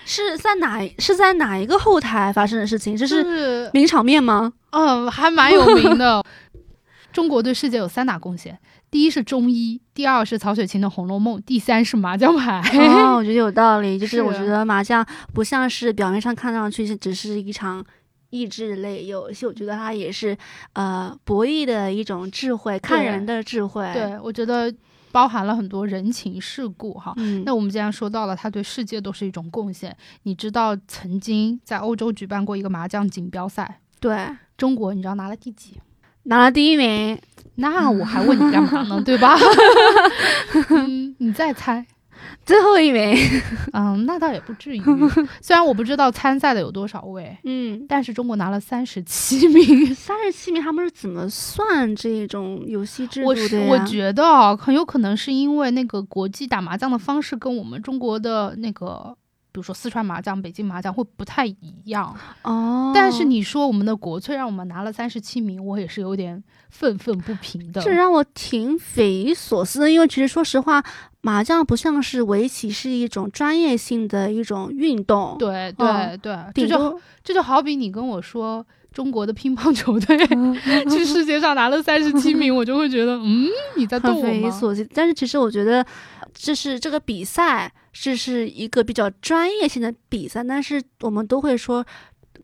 Speaker 2: 是在哪是在哪一个后台发生的事情？这
Speaker 1: 就是是
Speaker 2: 名场面吗？
Speaker 1: 嗯，还蛮有名的。 中国对世界有三大贡献，第一是中医，第二是曹雪芹的《红楼梦》，第三是麻将 牌。
Speaker 2: 哦，我觉得有道理，就是我
Speaker 1: 是
Speaker 2: 觉得麻将不像是表面上看上去是只是一场益智类游戏，我觉得它也是呃博弈的一种智慧，看
Speaker 1: 对
Speaker 2: 人的智慧。，
Speaker 1: 对，我觉得包含了很多人情世故哈。
Speaker 2: 嗯，
Speaker 1: 那我们既然说到了，它对世界都是一种贡献。你知道曾经在欧洲举办过一个麻将锦标赛，
Speaker 2: 对
Speaker 1: 中国你知道拿了第几？
Speaker 2: 拿了第一名，
Speaker 1: 那我还问你干嘛 呢？对吧？ 嗯，你再猜。
Speaker 2: 最后一名。
Speaker 1: 嗯，那倒也不至于。 虽然我不知道参赛的有多少位，
Speaker 2: 嗯，
Speaker 1: 但是中国拿了三十七名。
Speaker 2: 三十七名他们是怎么算这种游戏制度
Speaker 1: 我
Speaker 2: 的
Speaker 1: 是
Speaker 2: 呀？
Speaker 1: 我觉得啊，很有可能是因为那个国际打麻将的方式跟我们中国的那个，比如说四川麻将、北京麻将会不太一样。
Speaker 2: 哦，
Speaker 1: 但是你说我们的国粹让我们拿了三十七名，我也是有点愤愤不平的。
Speaker 2: 这让我挺匪夷所思的，因为其实说实话，麻将不像是围棋，是一种专业性的一种运动。，
Speaker 1: 对
Speaker 2: 哦
Speaker 1: 对对，这
Speaker 2: 顶
Speaker 1: 就
Speaker 2: 多
Speaker 1: 这就好比你跟我说中国的乒乓球队
Speaker 2: 嗯
Speaker 1: 去世界上拿了三十七名，我就会觉得，嗯，你在逗
Speaker 2: 很
Speaker 1: 我
Speaker 2: 匪夷
Speaker 1: 吗？
Speaker 2: 所思。但是其实我觉得，这是这个比赛，这是一个比较专业性的比赛，但是我们都会说。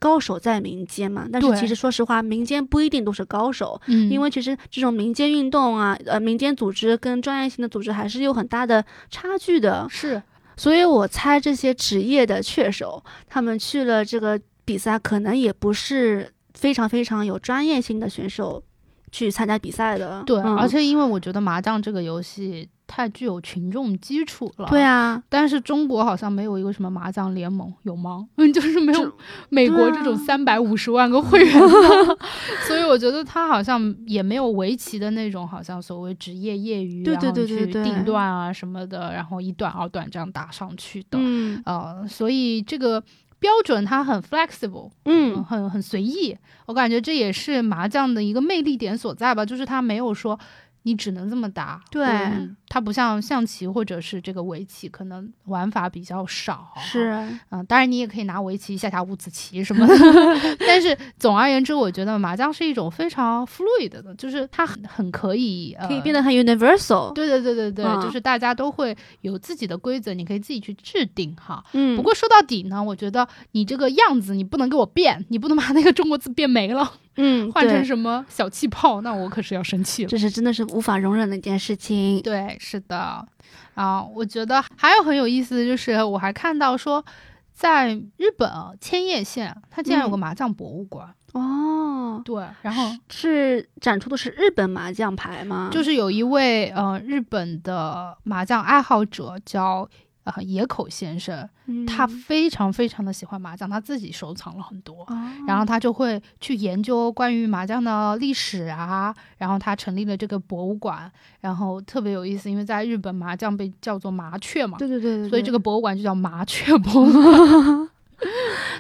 Speaker 2: 高手在民间嘛，但是
Speaker 1: 对
Speaker 2: 其实说实话，民间不一定都是高手，
Speaker 1: 嗯，
Speaker 2: 因为其实这种民间运动啊，呃，民间组织跟专业性的组织还是有很大的差距的。
Speaker 1: 是
Speaker 2: 所以我猜这些职业的雀手，他们去了这个比赛，可能也不是非常非常有专业性的选手去参加比赛的。
Speaker 1: 对，
Speaker 2: 嗯
Speaker 1: 而且因为我觉得麻将这个游戏太具有群众基础了。
Speaker 2: 对。啊，
Speaker 1: 但是中国好像没有一个什么麻将联盟，有吗？ 嗯，就是没有美国这种
Speaker 2: 对啊
Speaker 1: 三百五十万个会员 的，所以我觉得他好像也没有围棋的那种，好像所谓职业业余，
Speaker 2: 对
Speaker 1: 然
Speaker 2: 对
Speaker 1: 后
Speaker 2: 对对
Speaker 1: 去
Speaker 2: 对
Speaker 1: 定段啊什么的，然后一段二段这样打上去的。
Speaker 2: 嗯
Speaker 1: 呃，所以这个标准它很 flexible，嗯，
Speaker 2: 嗯，
Speaker 1: 很很随意。我感觉这也是麻将的一个魅力点所在吧，就是它没有说你只能这么打，
Speaker 2: 对
Speaker 1: 或者你它不像象棋或者是这个围棋，可能玩法比较少。
Speaker 2: 是，
Speaker 1: 嗯、当然你也可以拿围棋下下五子棋什么的， 但是总而言之，我觉得麻将是一种非常 fluid 的，就是它很很可以、呃、
Speaker 2: 可以变得很 universal。
Speaker 1: 对对对对对，就
Speaker 2: 嗯
Speaker 1: 是大家都会有自己的规则，你可以自己去制定哈。
Speaker 2: 嗯，
Speaker 1: 不过说到底呢，我觉得你这个样子你不能给我变，你不能把那个中国字变没了，
Speaker 2: 嗯，
Speaker 1: 换成
Speaker 2: 对
Speaker 1: 什么小 气泡，那我可是要生气了。
Speaker 2: 这是真的是无法容忍的一件事情。
Speaker 1: 对，是的，啊，我觉得还有很有意思的就是，我还看到说，在日本啊千叶县，它竟然有个
Speaker 2: 嗯
Speaker 1: 麻将博物馆。
Speaker 2: 哦，
Speaker 1: 对，然后
Speaker 2: 是展出的是日本麻将牌吗？
Speaker 1: 就是有一位呃日本的麻将爱好者叫呃野口先生，
Speaker 2: 嗯
Speaker 1: 他非常非常的喜欢麻将，他自己收藏了很多。
Speaker 2: 哦
Speaker 1: 然后他就会去研究关于麻将的历史啊，然后他成立了这个博物馆，然后特别有意思，因为在日本麻将被叫做麻雀嘛，
Speaker 2: 对对对对，
Speaker 1: 所以这个
Speaker 2: 个
Speaker 1: 博物馆就叫麻雀博物馆。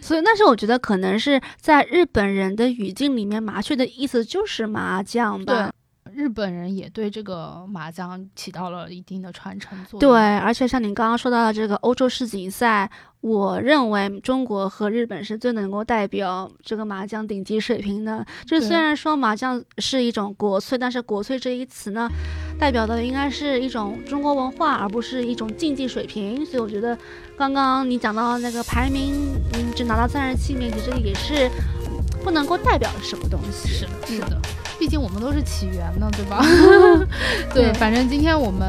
Speaker 2: 所以那时候我觉得可能是在日本人的语境里面，麻雀的意思就是麻将吧。
Speaker 1: 日本人也对这个麻将起到了一定的传承作用。
Speaker 2: 对，而且像你刚刚说到的这个欧洲世锦赛，我认为中国和日本是最能够代表这个麻将顶级水平的。就是虽
Speaker 1: 对
Speaker 2: 然说麻将是一种国粹，但是国粹这一词呢，代表的应该是一种中国文化，而不是一种竞技水平。所以我觉得，刚刚你讲到那个排名，你只拿到三十七名，其实也是不能够代表什么东西。
Speaker 1: 是的，
Speaker 2: 嗯
Speaker 1: 是的，毕竟我们都是起源的，对吧？ 对，
Speaker 2: 对
Speaker 1: 反正今天我们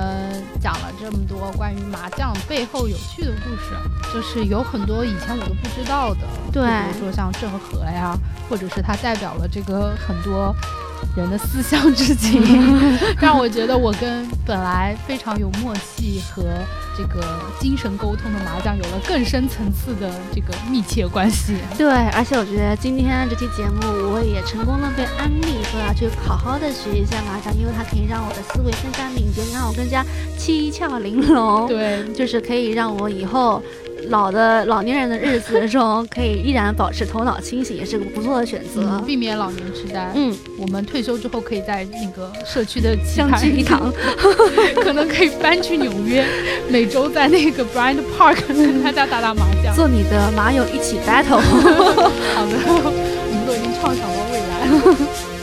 Speaker 1: 讲了这么多关于麻将背后有趣的故事，就是有很多以前我都不知道的，就
Speaker 2: 对
Speaker 1: 比如说像郑和呀，或者是它代表了这个很多。人的思乡之 情，让我觉得我跟本来非常有默契和这个精神沟通的麻将有了更深层次的这个密切关 系。
Speaker 2: 对，而且我觉得今天这期节目，我也成功的被安利，说要去好好的学一下麻将，因为它可以让我的思维更加敏捷，让我更加七窍玲珑，
Speaker 1: 对，
Speaker 2: 就是可以让我以后老的老年人的日子中，可以依然保持头脑清醒，也是个不错的选择
Speaker 1: 嗯。避免老年痴呆。
Speaker 2: 嗯，
Speaker 1: 我们退休之后可以在那个社区的棋
Speaker 2: 相
Speaker 1: 盘
Speaker 2: 聚一堂，
Speaker 1: 可能可以搬去纽约，每周在那个 Bryant Park 跟大家打打麻将。
Speaker 2: 做你的麻友一起 battle。
Speaker 1: 好的，我们都已经畅想到未来了。